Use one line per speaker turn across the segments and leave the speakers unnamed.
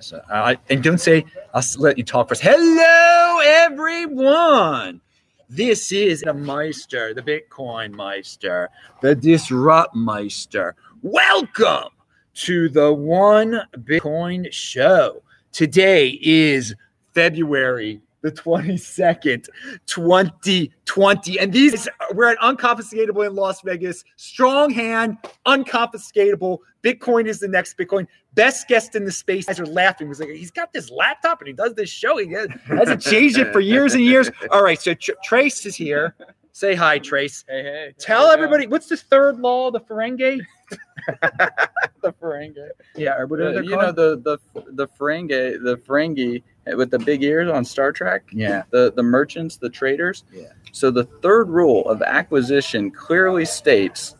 So, uh, and don't say I'll let you talk first. Hello, everyone. This is the Meister, the Bitcoin Meister, the Disrupt Meister. Welcome to the One Bitcoin Show. Today is February the 22nd, 2020. And these we're at unconfiscatable in Las Vegas. Strong hand, unconfiscatable. Bitcoin is the next Bitcoin. Best guest in the space. Guys are laughing. He's like, he's got this laptop and he does this show. He has, hasn't changed it for years and years. All right, so Tr- Trace is here. Say hi, Trace.
Hey, hey.
Tell everybody what's the third law of the Ferengi?
the Ferengi.
Yeah, or whatever they're
you know
called.
the the the Ferengi, the Ferengi with the big ears on Star Trek.
yeah.
The the merchants, the traders.
Yeah.
So the third rule of acquisition clearly states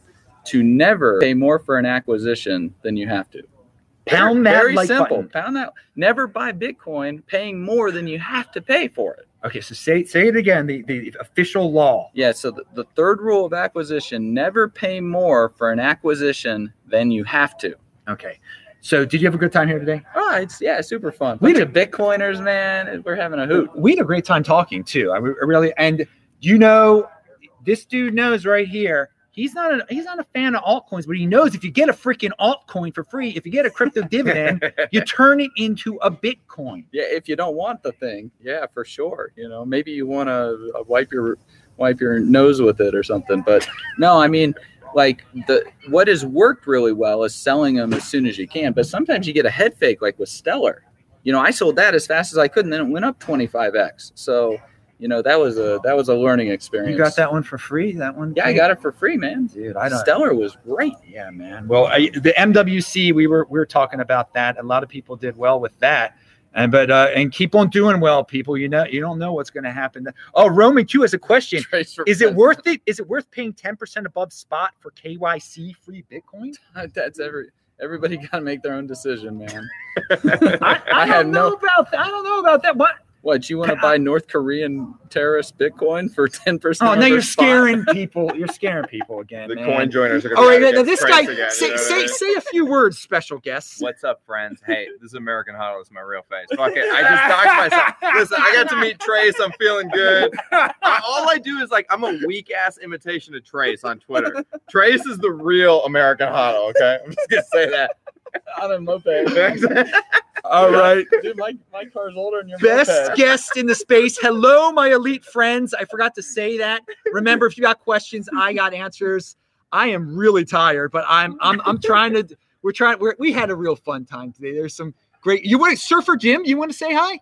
to never pay more for an acquisition than you have to.
Pound that
Very- Very
like
simple.
button.
Pound that. Never buy Bitcoin paying more than you have to pay for it.
Okay, so say say it again. The the official law.
Yeah. So the, the third rule of acquisition: never pay more for an acquisition than you have to.
Okay. So did you have a good time here today?
Oh, it's yeah, super fun.
We
Bunch of Bitcoiners, man. We're having a hoot.
We had a great time talking too. I re- I really and you know, this dude knows right here. He's not a he's not a fan of altcoins, but he knows if you get a freaking altcoin for free, if you get a crypto dividend, you turn it into a Bitcoin.
Yeah, if you don't want the thing, yeah, for sure. You know, maybe you want to uh, wipe your wipe your nose with it or something. But no, I mean, like the what has worked really well is selling them as soon as you can. But sometimes you get a head fake, like with Stellar. You know, I sold that as fast as I could, and then it went up twenty five x. So, you know, that was a that was a learning experience.
You got that one for free? That one?
Yeah, I got it for free, man.
Dude, I don't.
Stellar was great.
Yeah, man. Well, I, the MWC, we were we were talking about that. A lot of people did well with that, and but uh, and keep on doing well, people. You know, you don't know what's going to happen. Oh, Roman Q has a question. Is it worth it? Is it worth paying ten percent above spot for KYC free Bitcoin?
That's every everybody got to make their own decision, man.
I, I,
I have
don't know
no-
about that. I don't know about that. What?
What you want to buy North Korean terrorist Bitcoin for ten percent?
Oh, now you're scaring people. You're scaring people again.
The
man.
coin joiners are going
All right,
to
now this guy say, say say a few words, special guests.
What's up, friends? Hey, this is American Hollow. It's my real face. Fuck it. I just doxed myself. Listen, I got to meet Trace. I'm feeling good. I- all I do is like, I'm a weak ass imitation of Trace on Twitter. Trace is the real American Hollow, okay? I'm just going to say that.
on a moped.
All right.
Dude, my, my car's older than your
best
moped.
guest in the space. Hello, my elite friends. I forgot to say that. Remember, if you got questions, I got answers. I am really tired, but I'm I'm I'm trying to. We're trying. We're, we had a real fun time today. There's some great. You want Surfer Jim? You want to say hi?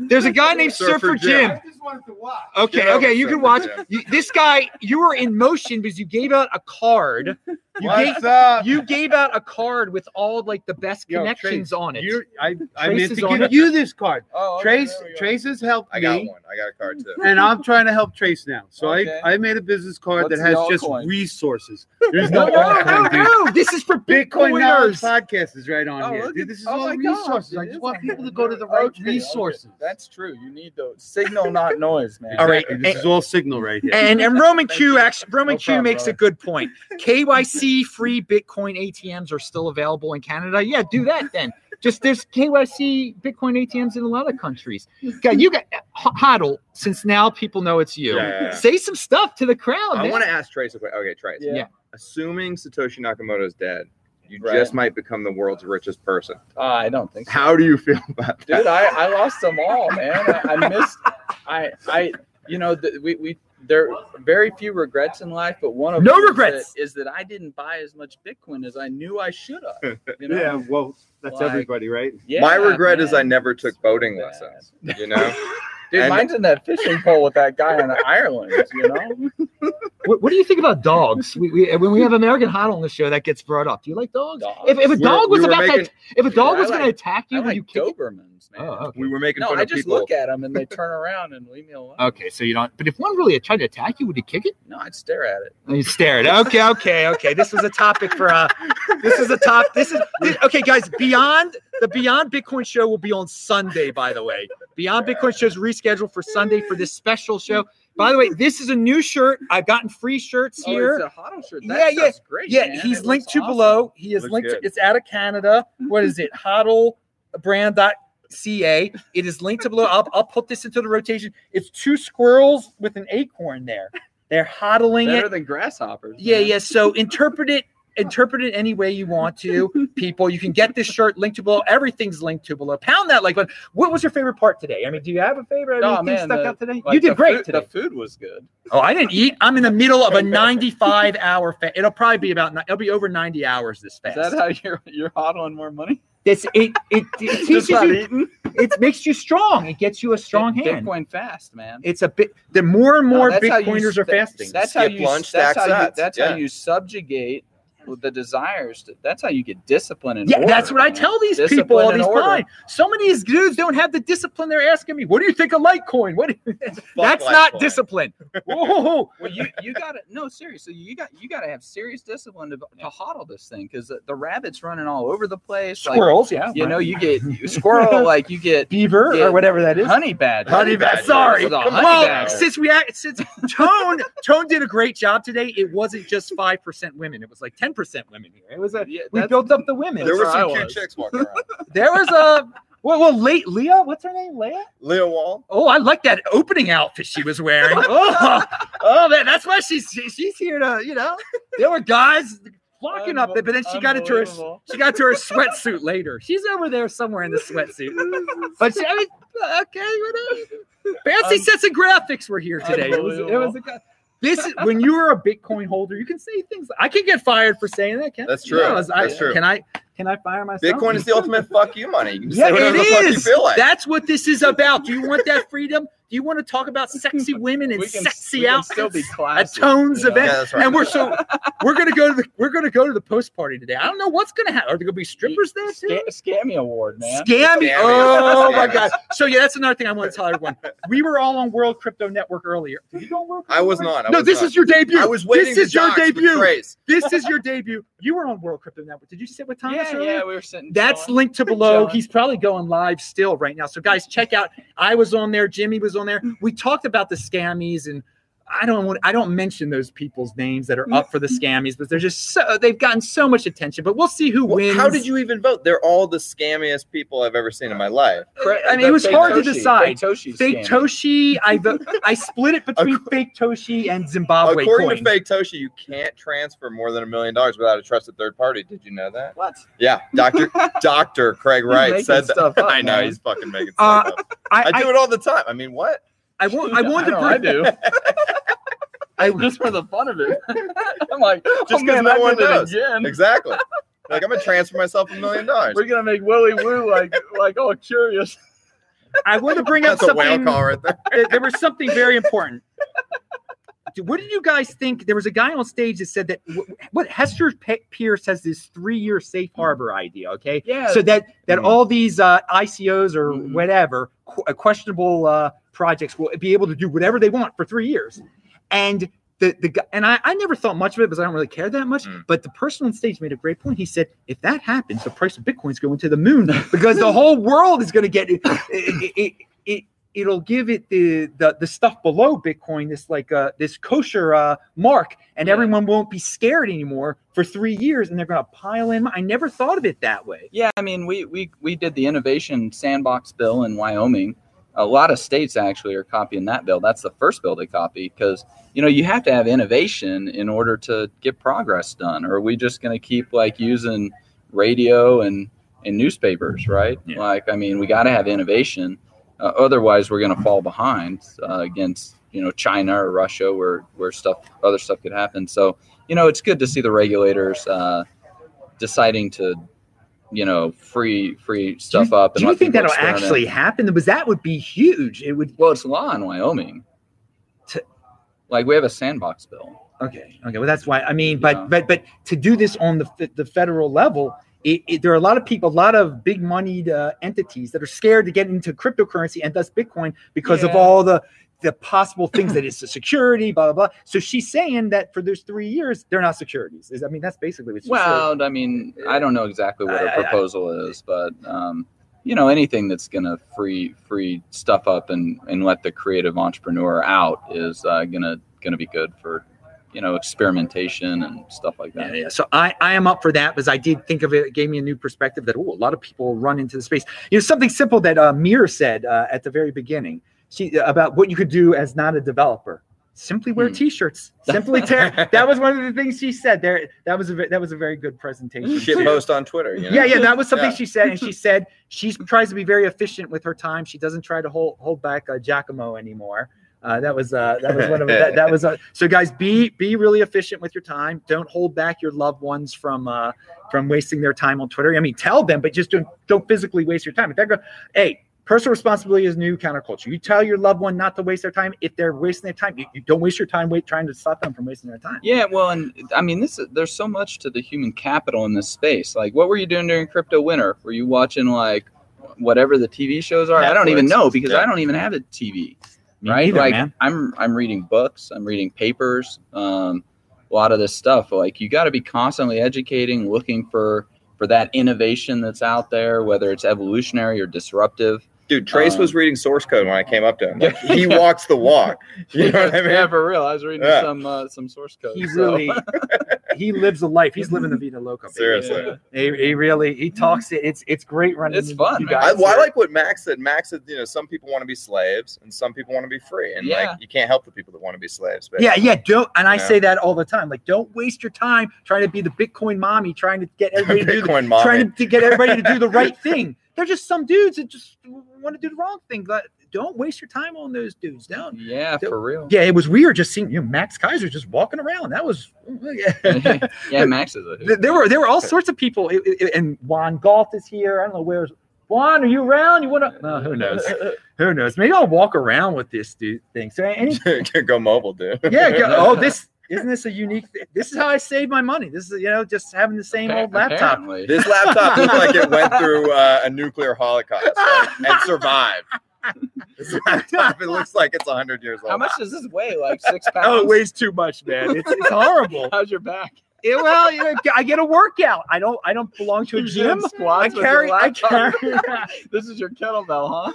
There's a guy named Surfer,
Surfer
Jim.
Jim.
Oh,
just wanted to watch.
Okay,
Get over
okay, you
Surfer
can watch.
Jim.
You, this guy, you were in motion because you gave out a card. You gave,
What's up?
you gave out a card with all like the best
Yo,
connections
Trace,
on it.
You're, I, I
Trace
meant
is
to
on
give
it.
you this card.
Oh, okay,
Trace,
there we go.
Trace has helped
I got
me,
one. I got a card too.
and I'm trying to help Trace now. So
Okay.
I, I made a business card
What's
that has
the
just
altcoin?
resources. There's
no,
no
no, no,
altcoin, dude.
no, This is for
Bitcoin Knowledge
Bitcoiners.
Podcast is right on
Oh,
here.
look
Dude,
at-
this is
oh
all
my God,
resources. I
it
just
is
want
on
people
here.
to go to the right
Okay, okay.
resources.
That's true. You need the signal, not noise, man.
All right.
Exactly. This is all signal right here.
And and Roman Q actually Roman
No
Q
problem,
makes a
brother.
good point. KYC free Bitcoin ATMs are still available in Canada. Yeah, do that then. Just there's KYC Bitcoin ATMs in a lot of countries. God, you got Huddle. Since now people know it's you.
Yeah, yeah, yeah.
Say some stuff to the crowd.
I
man.
want to ask Trace a question. Okay, Trace.
Yeah.
Yeah.
Assuming Satoshi Nakamoto's dead, you
Right.
just might become the world's richest person.
Uh, I don't think so.
How do you feel about that?
dude I, I lost them all man i, I missed i i you know th- we, we there are very few regrets in life but one of
No
them is that-
regrets.
is that, i didn't buy as much bitcoin as i knew i should have you know?
Yeah, well, that's
Like-
everybody, right?
Yeah,
My regret is I
man.
never took boating
Bad.
lessons. You know,
dude
and-
mine's in that fishing pole with that guy in ireland you know
What, what do you think about dogs? We, we when we have American Huddle on the show, that gets brought up. Do you like dogs?
Dogs.
If, if a
We were-
dog
we
was
were
about to
making-
if a dog
Dude, I
was going to
like-
attack
i
you, would you
like
kick it?
dobermans man
Oh, okay.
we were making
no
fun
i
of
just
people.
look at them and they turn around and leave me alone
Okay, so you don't. But if one really tried to attack you, would you kick it?
no i'd stare at it Oh,
And you stared. Okay, okay, okay. This was a topic for uh this is a top this is this- okay guys, beyond the Beyond Bitcoin show will be on Sunday, by the way. Beyond Bitcoin show is rescheduled for Sunday for this special show. By the way, this is a new shirt. I've gotten free shirts
oh,
here.
it's a huddle shirt
Yeah,
that
yeah.
stuff's great
yeah,
man.
he's
It
linked
looks
to
awesome.
below. He is
Looks
linked to
good.
it's out of Canada. What is it? Huddle brand.ca. It is linked to below. I'll, I'll put this into the rotation. It's two squirrels with an acorn there. They're hodling it.
Better than grasshoppers.
Yeah,
man.
yeah. So interpret it, interpret it any way you want to, people. You can get this shirt linked to below. Everything's linked to below. Pound that like button. What was your favorite part today? I mean, do you have a favorite? I
Oh,
mean, things
man,
stuck
the-
out today.
Like,
you
the
did great
food,
today.
The food was good.
Oh, I didn't eat. I'm in the middle of a 95 hour fast. It'll probably be about. ni- It'll be over 90 hours this
Is
fast.
that how you're you're hodling more money?
This it it, it teaches
Just not
you.
eating.
It makes you strong. It gets you a strong
Bit-
hand.
Bitcoin fast, man.
It's a bit. The more and more
No, that's how you
Bitcoiners are
sta-
fasting.
That's how
Skip
you.
lunch,
that's
stack
how you.
sets.
That's
Yeah.
how you subjugate the desires. To, that's how you get discipline and
Yeah,
order,
that's what I
man.
tell these
Discipline
people all
and
these
order.
time. So many of these dudes don't have the discipline they're asking me. What do you think of Litecoin? What? that's not
Litecoin.
discipline. Whoa.
Well, you you gotta no seriously. You got you gotta have serious discipline to, to hodl this thing because the, the rabbit's running all over the place. like,
Squirrels, yeah.
you
right.
know, you get squirrel like you get
beaver
yeah,
or whatever that is.
honey badger.
Honey
badger.
badger. Sorry.
The
Come
honey
on.
badger.
Since we act, since Tone Tone did a great job today, it wasn't just five percent women. It was like ten percent women here. It was a
Yeah,
we
that's-
built up the women.
There
That's
were
where I
some cute
was.
chicks walking around.
There was a well, well, late Leah. What's her name? Leah.
Leo Wall.
Oh, I like that opening outfit she was wearing. oh, oh man, that's why she's she- she's here to you know. There were guys flocking up there, but then she got into her
Unbelievable.
she got to her sweatsuit later. She's over there somewhere in the sweatsuit. But she, I mean, okay, whatever. Fancy
Un-
sets of graphics were here today. It was, it was a, co- this is when you are a Bitcoin holder, you can say things. I can get fired for saying that. Can
That's
I?
true.
No, I-
That's true.
Can I? Can I fire myself?
Bitcoin is the ultimate fuck you money. You can
Yeah,
say whatever
it
the fuck you
is.
feel like.
That's what this is about. Do you want that freedom? Do you want to talk about sexy women and
We can,
sexy
we can
outfits?
still be
at
classy.
Tones
you know?
event,
Yeah, that's right.
and we're so we're gonna go to the we're gonna go to the post party today. I don't know what's gonna happen. Are there gonna be strippers there too?
Sca- Scammy award, man.
Scammy.
Scammy.
Oh
Scammy.
my god. So yeah, that's another thing I want to tell everyone. We were all on World Crypto Network earlier. Did you go on World
I
Crypto
was
Network?
not. I
no,
was
this
not.
is your debut.
I was waiting
This
to
is your
jox for
debut.
Trace.
This is your debut. You were on World Crypto Network. Did you sit with Thomas
Yeah,
earlier?
yeah, we were sitting.
That's
chilling.
linked to below.
John.
He's probably going live still right now. So guys, check out. I was on there. Jimmy was on there. We talked about the scammies and. I don't want. I don't mention those people's names that are up for the scammies, but they're just so they've gotten so much attention. But we'll see who
Well,
wins.
How did you even vote? They're all the scammiest people I've ever seen in my life.
I mean, it
The
was
fake
hard to
Toshi-
decide.
Fake Toshi.
Fake
scammy.
Toshi. I vo- I split it between fake Toshi and Zimbabwe
According
coin.
to Fake Toshi, you can't transfer more than a million dollars without a trusted third party. Did you know that?
What?
Yeah, Doctor Doctor Craig
He's
Wright
making
said that.
stuff up,
I know
man.
he's fucking making
Uh,
stuff up.
I,
I, do it all the time. I mean, what?
I, I, want. I wanted to
know,
bring.
do.
I,
just for the fun of it. I'm like,
Just
oh,
'cause
man,
no
I
one
did it
knows.
Um,
again.
Exactly. like I'm gonna transfer myself a million dollars.
We're gonna make Willy Woo like like all curious.
I want to bring up
That's a whale
something.
call right there.
there, there was something very important. Dude, What did you guys think? There was a guy on stage that said that wh- what Hester Pe- Pierce has this three-year safe harbor idea. Okay,
Yeah.
so that that
Mhm.
all these uh, ICOs or
Mhm.
whatever qu- uh, questionable uh, projects will be able to do whatever they want for three years, and the the gu- and I, I never thought much of it because I don't really care that much.
Mm.
But the person on stage made a great point. He said, if that happens, the price of Bitcoin's going to the moon because the whole world is going to get it. it, it, it it'll give it the, the the stuff below Bitcoin, this like uh this kosher uh mark, and
Yeah.
everyone won't be scared anymore for three years, and they're gonna pile in. I never thought of it that way.
Yeah, I mean, we we we did the innovation sandbox bill in Wyoming. A lot of states actually are copying that bill. That's the first bill they copy because you know you have to have innovation in order to get progress done. Or are we just going to keep like using radio and and newspapers, right?
Yeah.
Like, I mean, we got to have innovation. Uh, otherwise, we're going to fall behind uh, against you know China or Russia, where where stuff other stuff could happen. So you know, it's good to see the regulators uh, deciding to you know free free
Do you-
stuff up.
Do you
let
think
people
that'll
experiment.
actually happen? Because that would be huge. It would.
Well, it's law in Wyoming.
To-
like we have a sandbox bill.
Okay. Okay. Well, that's why. I mean, but
Yeah.
but but to do this on the fe- the federal level. It, it, there are a lot of people, a lot of big moneyed uh, entities that are scared to get into cryptocurrency and thus Bitcoin because of
Yeah.
all the the possible things that it's a security, blah blah blah. So she's saying that for those three years, they're not securities. Is I mean, that's basically what she's saying.
Well, I mean, I don't know exactly what
I- I-
her
I-
proposal is, but um, you know, anything that's going to free free stuff up and and let the creative entrepreneur out is uh, gonna gonna be good for you know experimentation and stuff like
Yeah,
that.
yeah. So I, I am up for that because I did think of it. It gave me a new perspective that, oh, a lot of people run into the space. You know, something simple that uh, Mir said uh, at the very beginning she, uh, about what you could do as not a developer. Simply wear
Hmm.
t-shirts. Simply tear. that was one of the things she said there. That was a ve- that was a very good presentation.
Shit
too.
post on Twitter. You know?
Yeah, yeah, that was something
Yeah.
she said, and she said she tries to be very efficient with her time. She doesn't try to hold hold back uh, Giacomo anymore. Uh, that was uh, that was one of that, that was uh, so guys be be really efficient with your time. Don't hold back your loved ones from uh, from wasting their time on Twitter. I mean, tell them, but just don't don't physically waste your time. If they're going, hey, personal responsibility is new counterculture. You tell your loved one not to waste their time. If they're wasting their time, you, you don't waste your time wait trying to stop them from wasting their time.
Yeah, well, and I mean, this is, there's so much to the human capital in this space. Like, what were you doing during crypto winter? Were you watching like whatever the TV shows are? I don't even
Netflix.
know because
Yeah.
I don't even have a TV.
Me
right?
neither,
like,
man.
I'm I'm reading books, I'm reading papers, um, a lot of this stuff. Like, you got to be constantly educating, looking for for that innovation that's out there, whether it's evolutionary or disruptive.
Dude, Trace
Um,
was reading source code when I came up to him. Like,
Yeah.
He walks the walk. You know what I mean?
Yeah, for real. I was reading
Yeah.
some uh, some source code.
He
so-
really he lives a life. He's living the vida loca. baby.
Seriously.
Yeah.
He, he really he talks it. It's it's great running.
It's
into
fun,
You
man.
guys
I, well, I
here.
like what Max said. Max said, you know, some people want to be slaves and some people want to be free, and
Yeah.
like you can't help the people that want to be slaves. But
Yeah, yeah. Don't and I
Yeah.
say that all the time. Like, don't waste your time trying to be the Bitcoin mommy, trying to get everybody to do the,
Bitcoin mommy.
trying to, to get everybody to do the right thing. They're just some dudes that just want to do the wrong thing. Like, don't waste your time on those dudes. Don't.
Yeah, for real.
Yeah, it was weird just seeing you know, Max Kaiser just walking around. That was
yeah, Max is a hoot.
Th- there were there were all sorts of people, It- it- it- and Juan Galt is here. I don't know where's Juan. Are you around? You want to? No, Uh, who knows? Who knows? Maybe I'll walk around with this dude thing. So any,
go mobile, dude.
yeah. Go, oh, this isn't this a unique? thi- This is how I save my money. This is you know just having the same old laptop.
Apparently.
This laptop looked like it went through uh, a nuclear holocaust like, and survived. This laptop, it looks like it's 100 years old.
How much does this weigh? Like six pounds?
Oh, it weighs too much, man. It's, it's horrible.
How's your back?
It- well, you know, I get a workout. I don't. I don't belong to a
You're doing
gym. I
squats with your
carry. I carry.
laptop. This is your kettlebell, huh?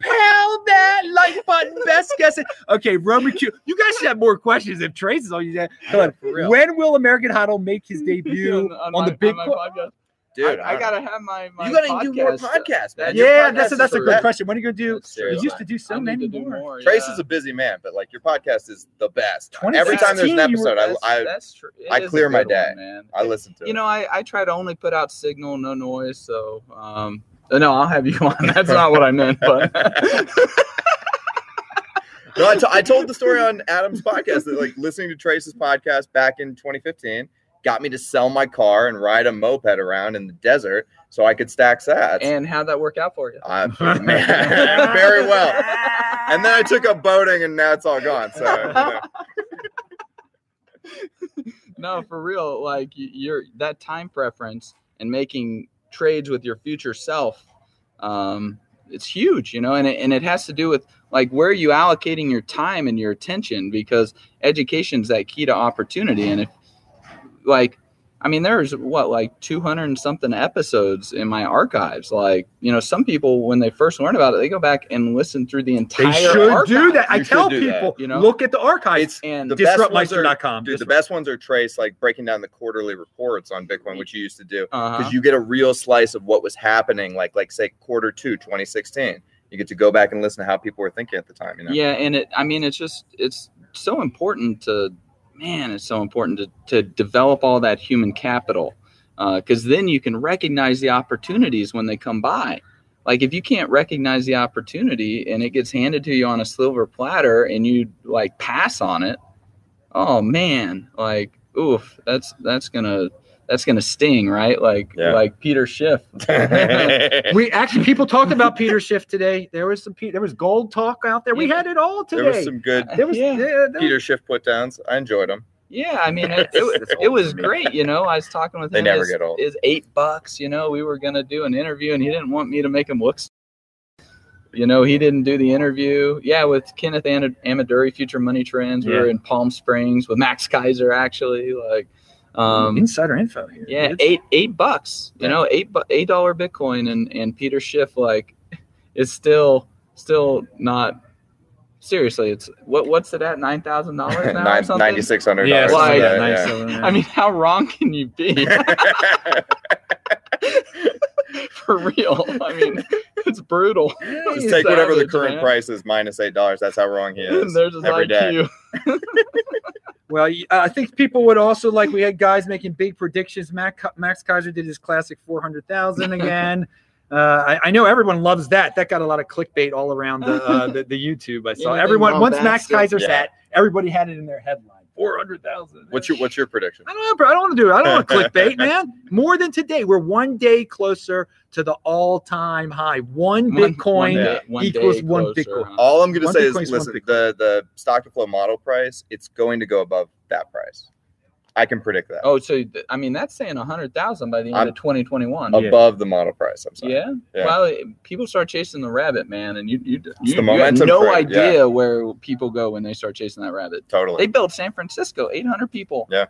pound that like button. Best guess. it- Okay, Roman Q. You guys should have more questions if Trace is all you got. Come on.
For real.
When will American Huddle make his debut
On-
on,
on my-
the big?
on my
co-
podcast.
dude?
I, I
don't
gotta have my, my uh,
You gotta do more podcasts, man. your
yeah,
podcast
that's a,
is
that's a
for
good
that.
question. When are you gonna do?
That's
You
serious.
used to do so
I need
many
to do
more.
more.
Trace
yeah.
is a busy man, but like your podcast is the best.
2016
Every time there's an
you were-
episode, I,
That's-
I,
that's true. It
I
is a
clear my
good one,
day.
man.
I listen to it.
You know, I, I try to only put out signal, no noise. So, um, no, I'll have you on. That's not what I meant, but
No, I to- I told the story on Adam's podcast that like listening to Trace's podcast back in 2015 got me to sell my car and ride a moped around in the desert so I could stack sats.
and how'd that work out for you?
I, man, very well. And then I took up boating, and now it's all gone. So you know.
no, for real. Like y- your that time preference and making trades with your future self, um, it's huge, you know. And it, and it has to do with like where are you allocating your time and your attention because education's that key to opportunity. And if like, I mean, there's what like 200 and something episodes in my archives. Like, you know, some people when they first learn about it, they go back and listen through the entire.
They should do
archive.
that. I
You should
tell
do that,
people,
you know?
look at the archives.
it's
And
the best ones are
Disruptmeister.com.
dude. The best ones are Trace like breaking down the quarterly reports on Bitcoin, which you used to do.
uh-huh.
because you get a real slice of what was happening like like say quarter two 2016 you get to go back and listen to how people were thinking at the time you know
yeah and it i mean it's just it's so important to man it's so important to, to develop all that human capital because then you can recognize the opportunities when they come by like if you can't recognize the opportunity and it gets handed to you on a silver platter and you like pass on it oh man like oof that's that's gonna that's gonna sting right like
Yeah.
like peter schiff
We actually people talked about Peter Schiff today. There was some Pe- there was gold talk out there. We
Yeah.
had it all today.
there was some good
There was-
Yeah.
yeah, there was-
peter schiff put downs i enjoyed them
Yeah, I mean, it, it, it was great. You know, I was talking with
They
him.
never
his,
get old.
his eight bucks. You know, we were gonna do an interview, and he didn't want me to make him look. s- You know, he didn't do the interview. Yeah, with Kenneth Am- Amadori, Future Money Trends. We were in Palm Springs with Max Kaiser, actually. Like, um,
insider info here.
yeah,
dude.
eight eight bucks. You
Yeah.
know, eight bu- eight dollar Bitcoin, and and Peter Schiff like, is still still not seriously, it's what what's it at? Nine thousand dollars now or
Nine-
something?
9600
Yeah,
Why?
something like
Yeah,
that, yeah.
I mean, how wrong can you be for real? I mean, it's brutal.
Just take whatever the
Savage,
current
man.
price is minus eight dollars. That's how wrong he is.
and there's his
every day.
IQ.
Well, you- I think people would also like we had guys making big predictions. Mac, Max Kaiser did his classic 400,000 again. uh, I, I know everyone loves that. That got a lot of clickbait all around the, uh, the, the YouTube. I saw
Anything
everyone, once
bombastic.
Max Kaiser
Yeah.
sat, everybody had it in their headline 400,000.
What's your What's your prediction?
I don't know, bro. I don't want to do it. I don't want clickbait, man. More than today. We're one day closer to the all time high. One
One-
Bitcoin.
one day- one day
equals one
closer,
Bitcoin.
huh?
All I'm going to
One
say is,
Bitcoin's one
listen, the the stock to flow model price, it's going to go above that price. I can predict that
Oh, so th- I mean, that's saying a hundred thousand by the end
I'm-
of 2021.
yeah.
above the model price. I'm sorry.
Yeah?
Yeah.
Well, it- people start chasing the rabbit, man, and you you, you,
the
you have
momentum
no
for it, yeah.
idea where people go when they start chasing that rabbit. They
Totally.
built San Francisco, 800 people.
Yeah.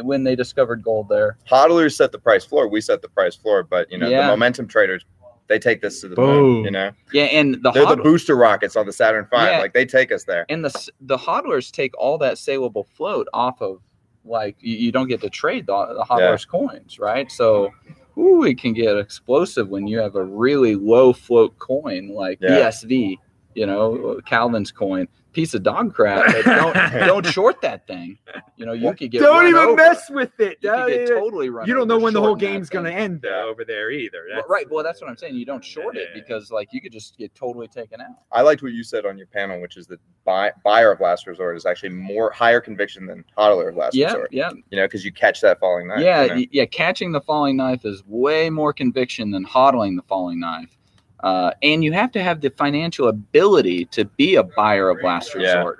When they discovered gold there.
Hodlers set the price floor. We set the price floor, but you know
Yeah.
the momentum traders, they take this to the
Boom.
moon. You know
Yeah, and the
they're the
hodl-
booster rockets on the Saturn V.
Yeah.
Like they take us there.
and the s- the hodlers take all that saleable float off of like you, you don't get to trade the, the hodlers coins, right? So ooh, it can get explosive when you have a really low float coin like
Yeah.
BSV, you know, Calvin's coin, piece of dog crap. But don't don't short that thing. You know, you could get
Don't
run
even
over.
mess with it.
You could
Don't
get
even-
totally run.
you don't know
over
when the whole
shorting that
game's going to
thing.
end though, over there either.
Well,
That's-
right. Well, that's what I'm saying. You don't short it
Yeah.
because like you could just get totally taken out.
I liked what you said on your panel, which is that buy, buyer of last resort is actually more higher conviction than hodler of last
Yeah,
resort.
yeah,
You know, because you catch that falling knife.
yeah,
you know?
y- yeah. Catching the falling knife is way more conviction than hodling the falling knife, uh, and you have to have the financial ability to be a buyer of last
Yeah.
resort.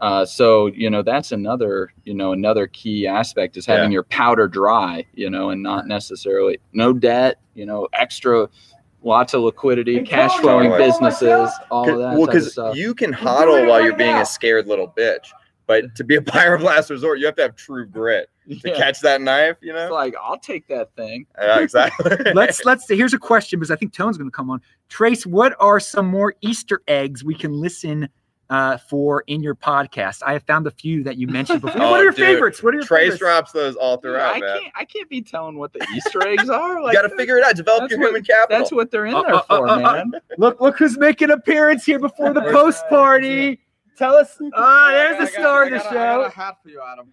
Uh, so you know that's another you know another key aspect is having your powder dry, you know, and not necessarily no debt, you know, extra lots of liquidity,
And
cash
Tony,
flowing
oh my
businesses, all
Cause,
of that type
well,
of
because
stuff.
you can
We're doing
hodl
it
while
right
you're being
now.
a scared little bitch, but to be a buyer of last resort, you have to have true grit to
Yeah.
catch that knife. You
It's
know,
like I'll take that thing.
yeah, exactly.
let's let's here's a question because I think Tone's going to come on. Trace, what are some more Easter eggs we can listen uh, for in your podcast? I have found a few that you mentioned before.
Oh,
what are your
dude.
favorites? What are your
Trace
favorites?
drops those all
Dude,
throughout,
I
man.
can't. I can't be telling what the Easter eggs are.
you
Like,
got to figure it out. Develop
that's
your
what-
human capital.
That's what they're in
Uh,
there
uh,
for,
uh, uh,
man.
Look look who's making an appearance here before the
There's-
post party. Tell us.
Oh,
Ah,
I
there's
got-
the star
I
of the
got a- I got
show.
a hat for you, Adam.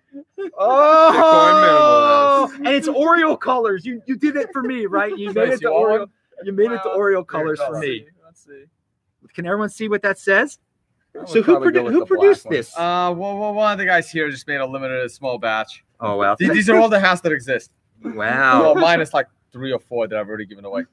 Oh, and it's Oreo colors. You you did it for me, right? You made
Trace,
it to
you want
Oreo. You made it to
Well,
Oreo colors for
Let's
me.
see, Let's see.
Can everyone see what that says?
I would
So who
probably go
produ-
with
who
the black
produced
one.
this?
Uh, well, well, one of the guys here just made a limited a small batch.
Oh wow!
Th- These are all the hats that exist.
Wow!
Well, mine is like three or four that I've already given away.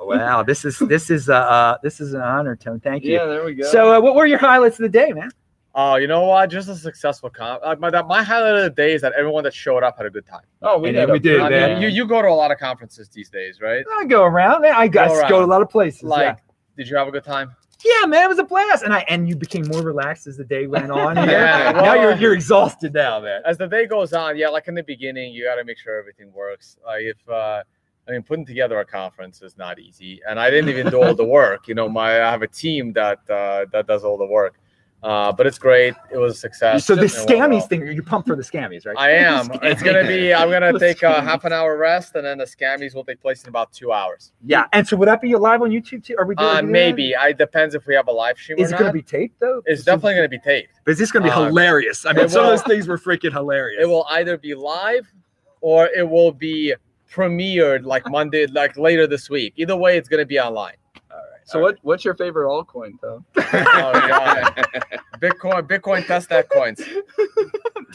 Wow! This is this is uh, uh this is an honor, Tone. Thank you.
Yeah, there we go.
So, uh, what were your highlights of the day, man?
Oh, you know what? Just a successful comp. Uh, my, that, my highlight of the day is that everyone that showed up had a good time.
oh, we
and
did.
we
a
did,
I
pretty-
man.
mean, you, you go to a lot of conferences these days, right?
I go around. man. I go,
Go
I go to a
around.
lot of places.
Like, did you have a good time?
yeah. yeah, man, it was a blast, and I and you became more relaxed as the day went on.
Yeah,
yeah. Now
well-
you're you're exhausted now, man.
As the day goes on, yeah, like in the beginning, you got to make sure everything works. Like if, uh, I mean, putting together a conference is not easy, and I didn't even do all the work. You know, my I have a team that uh, that does all the work, uh, but it's great. It was a success.
so the
It went well.
scammies thing, you're pumped for the scammies, right?
I am. It's gonna be. I'm gonna
The
take a
scammies.
half an hour rest, and then the scammies will take place in about two hours.
yeah. And so, would that be live on YouTube too? Are we doing?
Uh,
that?
maybe. I depends if we have a live stream
Is
or
it
not.
going to be taped though?
it's definitely gonna be taped.
But this going to be
Uh,
hilarious. I mean,
it
some of
will-
those things were freaking hilarious.
It will either be live, or it will be premiered like Monday, like later this week. Either way, it's gonna be online.
So what? What's your favorite altcoin, though?
Oh, God. Bitcoin, Bitcoin test that coins.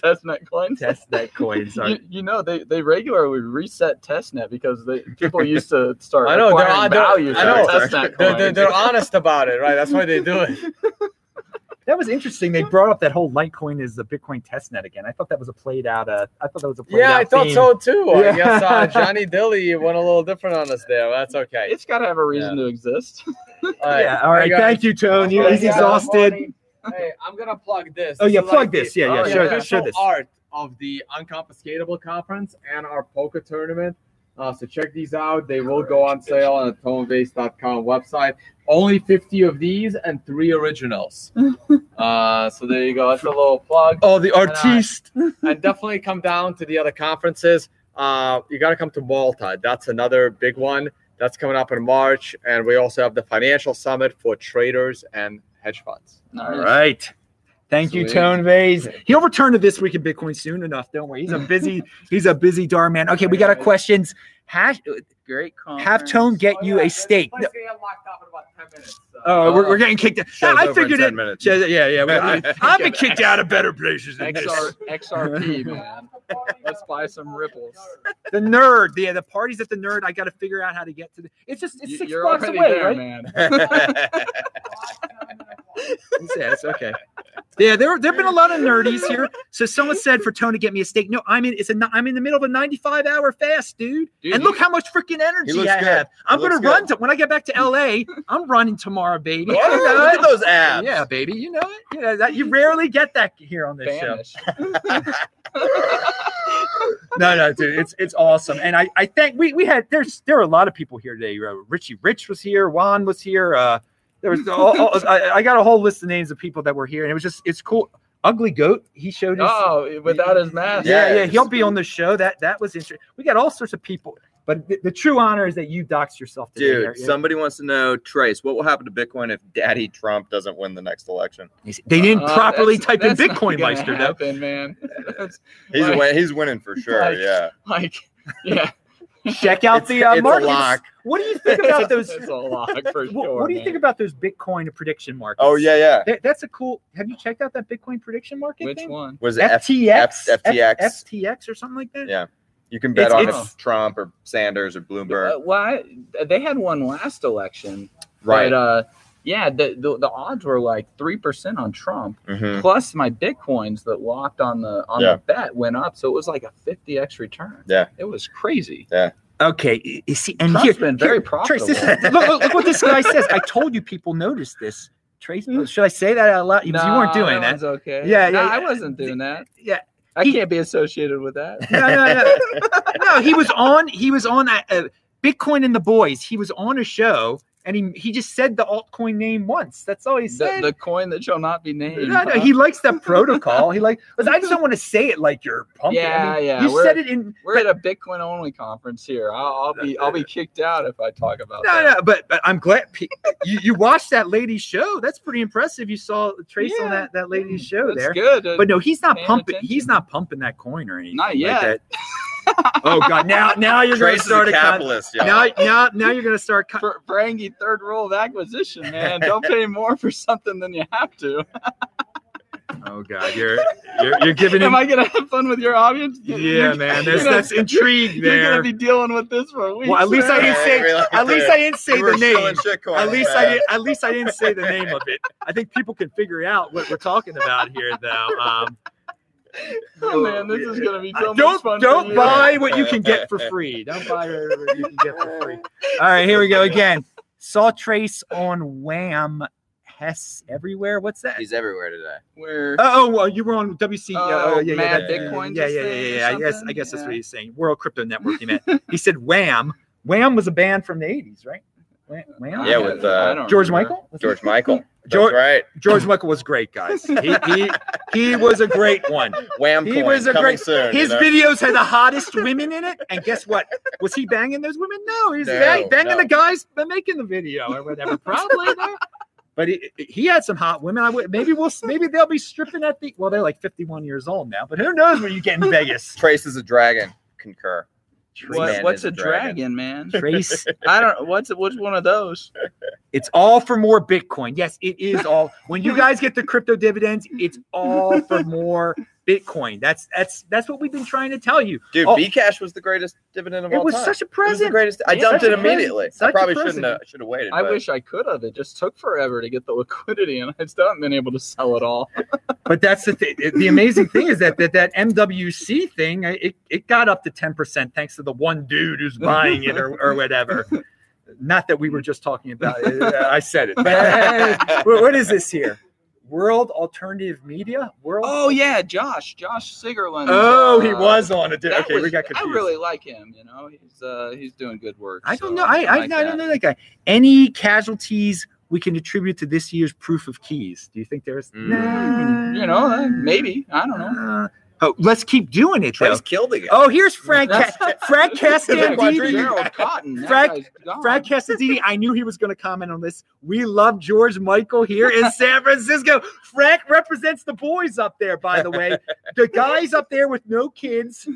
Testnet coins.
test that coin.
You, you know they, they regularly reset testnet because they people used to start
I know, they're
acquiring
on- they're-
value
I
from
know.
testnet
They're, they're,
coins.
they're honest about it, right? That's why they do it.
That was interesting. They brought up that whole Litecoin is the Bitcoin testnet again. I thought that was a played out. Uh, I thought that was a played
Yeah,
out
I thought
theme.
so too.
Yeah.
I guess uh, Johnny Dilly went a little different on us there. That's okay.
It's got to have a reason to exist.
All right.
Yeah. All right.
I got-
Thank you, Tone. You,
I
he's
got-
exhausted.
Hey, I'm gonna plug this.
Oh, yeah,
is
plug this. Yeah, yeah,
the
show-
official
show this.
Art of the Unconfiscatable Conference and our poker tournament. Uh, so check these out. They will go on sale on the tonebase.com website. Only 50 of these and three originals. uh, so there you go. That's a little plug.
Oh, the
And, uh,
artiste.
and definitely come down to the other conferences. Uh, you got to come to Malta. That's another big one that's coming up in March. And we also have the financial summit for traders and hedge funds.
All right. Thank you,
Sweet.
Tone Vase. He'll return to this week in Bitcoin soon enough. Don't worry. He's a busy, he's a busy dar man. Okay, we got our questions. Hash,
Great conference.
have Tone get you a steak. No- Oh, we're, we're getting kicked out.
Show's
I
over in
figured
10
it.
minutes.
Yeah, yeah, yeah. we- I've been kicked out of better places than
XR,
this.
XRP, man. Let's buy some ripples.
The nerd, yeah, the party's at the nerd. I got to figure out how to get to. The, it's just it's
You-
6
You're
blocks
already
away,
there,
right?
man.
Yeah, it's okay. Yeah, there there've been a lot of nerdies here. So someone said for Tony, get me a steak. No, I'm in. It's a. ni- I'm in the middle of a 95 hour fast, dude.
Dude,
and
you-
look how much freaking energy
looks
I
good.
have.
He
I'm gonna
looks
run
good.
to when I get back to LA. I'm running tomorrow, baby.
Look
You know
at
it.
those abs.
Yeah, baby, you know it. You know that you rarely get that here on this show.
Vanish.
no, no, dude, it's it's awesome, and I I think we we had there's there are a lot of people here today. Uh, Richie Rich was here, Juan was here. Uh, there was all, all- I, I got a whole list of names of people that were here, and it was just it's cool. Ugly Goat, he showed his.
Oh, without his mask.
yeah, yeah,
yes.
he'll be on the show. That that was interesting. We got all sorts of people, but the, the true honor is that you doxed yourself today.
Dude,
Eric.
somebody wants to know, Trace, what will happen to Bitcoin if Daddy Trump doesn't win the next election?
they didn't
Uh,
properly
that's-
type in
that's not
Bitcoin
gonna
Meister though.
happen, man. That's
He's
Right.
win- he's winning for sure.
Like,
yeah,
like, yeah.
Check out
It's-
the uh,
it's a
markets.
lock.
What do you think about those?
That's a lot for
What,
sure.
what do you think
man.
about those Bitcoin prediction markets?
Oh yeah, yeah.
That, that's a cool. Have you checked out that Bitcoin prediction market?
Which
thing?
one?
Was it F-
FTX,
F- FTX.
F- FTX, or something like that.
Yeah. You can bet
It's-
on
it's-
if Trump or Sanders or Bloomberg.
Uh, why they had one last election,
right.
But, uh, yeah, the, the the odds were like three percent on Trump.
Mhm.
Plus, my bitcoins that locked on the on
Yeah.
the bet went up, so it was like a fifty x return.
Yeah.
it was crazy.
Okay. y- You see, and
Trump's
here,
been very
here,
profitable.
Trace, this, look, look, look what this guy says. I told you people noticed this. Trace, should I say that out loud? Because you weren't
Hmm? Nah,
doing that.
one's okay.
Yeah,
Nah,
yeah,
I
yeah.
wasn't doing that.
Yeah.
I
He-
can't be associated with that.
No, no, no. no, he was on. He was on uh, uh, Bitcoin and the Boys. He was on a show, and he he just said the altcoin name once. That's all he
the,
said.
the coin that shall not be named.
No, no,
huh?
he likes that protocol. He like, I just don't want to say it like you're pumping.
Yeah,
I mean,
yeah,
You
we're-
said it in
We're at a Bitcoin only conference here. I'll, I'll be I'll be kicked out if I talk about
no,
that.
no, but, but I'm glad pe- you, you watched that lady's show. That's pretty impressive. You saw Trace on
Yeah.
that that lady's show
That's
there.
good. uh,
But no, he's not
Paying
pumping. He's
attention.
not pumping that coin or anything.
Not
like
yet.
that. oh God! Now, now you're going
Trace
to
is a
start a con-
capitalist. yeah.
now, now, now you're going to start. Con-
for, Frankie, third rule of acquisition, man. Don't pay more for something than you have to.
oh God! You're you're, you're giving him.
Am I gonna have fun with your audience? You-
yeah,
you're-
man. That's
you're
that's intrigue
You're gonna
there.
be dealing with this for a week.
Well, at least I
Yeah,
didn't say.
we like
At least
that.
I didn't say
You
the
were
name.
showing shitcoin,
At least I
man.
didn't. At least I didn't say the name of it. I think people can figure out what we're talking about here, though. Um,
oh, man, this is gonna be so much fun.
don't
for
don't
you.
buy what you can get for free. Don't buy what you can get for free. All right, here we go again. Saw Trace on Wham Hess everywhere. What's that?
He's everywhere today.
Where
Uh, Oh, oh, well, you were on WC. yeah,
Oh,
oh, yeah, yeah,
Mad
that-
Bitcoin
Yeah,
just
yeah, yeah,
thing
yeah. yeah.
or
I guess I
something?
guess that's
Yeah.
what he's saying. World Crypto Network. He meant. he said Wham. Wham was a band from the '80s, right? Wham. Wham?
Yeah, with, uh,
I don't
George
remember.
Michael. Was
George Michael.
George-
George, right.
George Michael was great, guys. He he, he was a great one.
Wham
He
coin
was a
coming
great-
soon.
His
you know?
videos had the hottest women in it, and guess what? Was he banging those women? No, he's
No,
bang- banging
no.
the guys b- making the video or whatever. Probably. no. But he, he had some hot women. I would, maybe we'll maybe they'll be stripping at the well. They're like 51 years old now, but who knows what you get in Vegas?
Trace is a dragon. Concur.
What-
Man
what's
is
a dragon, man?
Trace
I don't. What's what's one of those?
It's all for more Bitcoin. Yes, it is all. When you guys get the crypto dividends, it's all for more Bitcoin. That's that's that's what we've been trying to tell you.
Dude,
Oh.
B Cash was the greatest dividend of
It
all
was
time.
such a
It was the
present.
greatest. I
Yeah,
dumped
such
it
a present.
immediately.
Such
I
a
probably
present.
shouldn't have. Should have waited.
I
but-
wish I could have. It just took forever to get the liquidity, and I've still haven't been able to sell it all.
But that's the thing. The amazing thing is that that, that MWC thing it, it got up to ten percent thanks to the one dude who's buying it or, or whatever. Not that we were just talking about. it. I said it. But what is this here? World Alternative Media? World?
Oh yeah, Josh, Josh Sigerlin.
Oh, he
uh,
was on it. dude.
that
Okay, we
was-
got confused.
I really like him. You know, he's uh, he's doing good work.
I don't
so
know. I, I,
like
I
that.
don't know that guy. Any casualties we can attribute to this year's proof of keys? Do you think there's?
Mm.
You know, uh, maybe I don't know.
Uh, oh, let's keep doing it though.
He's killed again.
Oh, here's Frank. Ca-
That's-
Frank Castandini.
Gerald Cotton. that
Frank-
guy's gone.
Frank Casadini, I knew he was going to comment on this. We love George Michael here in San Francisco. Frank represents the boys up there, by the way. The guys up there with no kids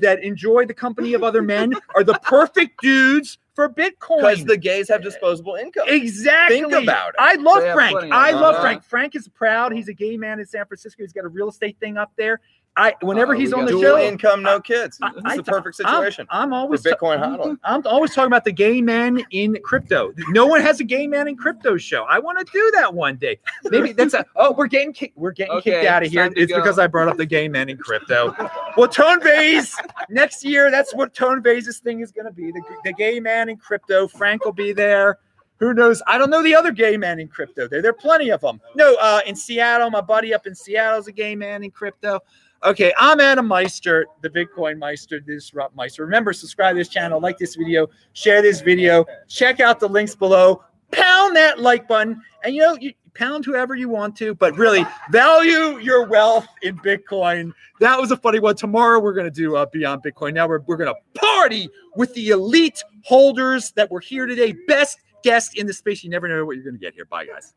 that enjoy the company of other men are the perfect dudes for
Because
Bitcoin.
the gays have disposable income.
exactly.
Think about it.
I love
They have
Frank.
plenty of
I love
them. Uh-huh.
Frank. Frank is proud. He's a gay man in San Francisco. He's got a real estate thing up there. I whenever
Uh,
he's
we
on
got
the
Dual
Dual
show,
income, no kids.
I-
It's
I
the
thought-
perfect
I'm-
situation
I'm,
for
always
Bitcoin hodling.
I'm always talking about the gay men in crypto. No one has a gay man in crypto show. I want to do that one day. Maybe that's a oh, we're getting kicked we're getting
Okay,
kicked out of
it's
here.
time to
It's
go.
because I brought up the gay men in crypto. well, Tone Vase next year. That's what Tone Vase's thing is going to be. The, the gay man in crypto. Frank will be there. Who knows? I don't know the other gay men in crypto. There, there are plenty of them. No, uh, in Seattle, my buddy up in Seattle's a gay man in crypto. Okay, I'm Adam Meister, the Bitcoin Meister, Disrupt Meister. Remember, subscribe to this channel, like this video, share this video, check out the links below, pound that like button, and you know, you pound whoever you want to, but really value your wealth in Bitcoin. That was a funny one. Tomorrow we're gonna do uh, Beyond Bitcoin. Now we're, we're gonna party with the elite holders that were here today. Best guest in the space. You never know what you're gonna get here. Bye, guys.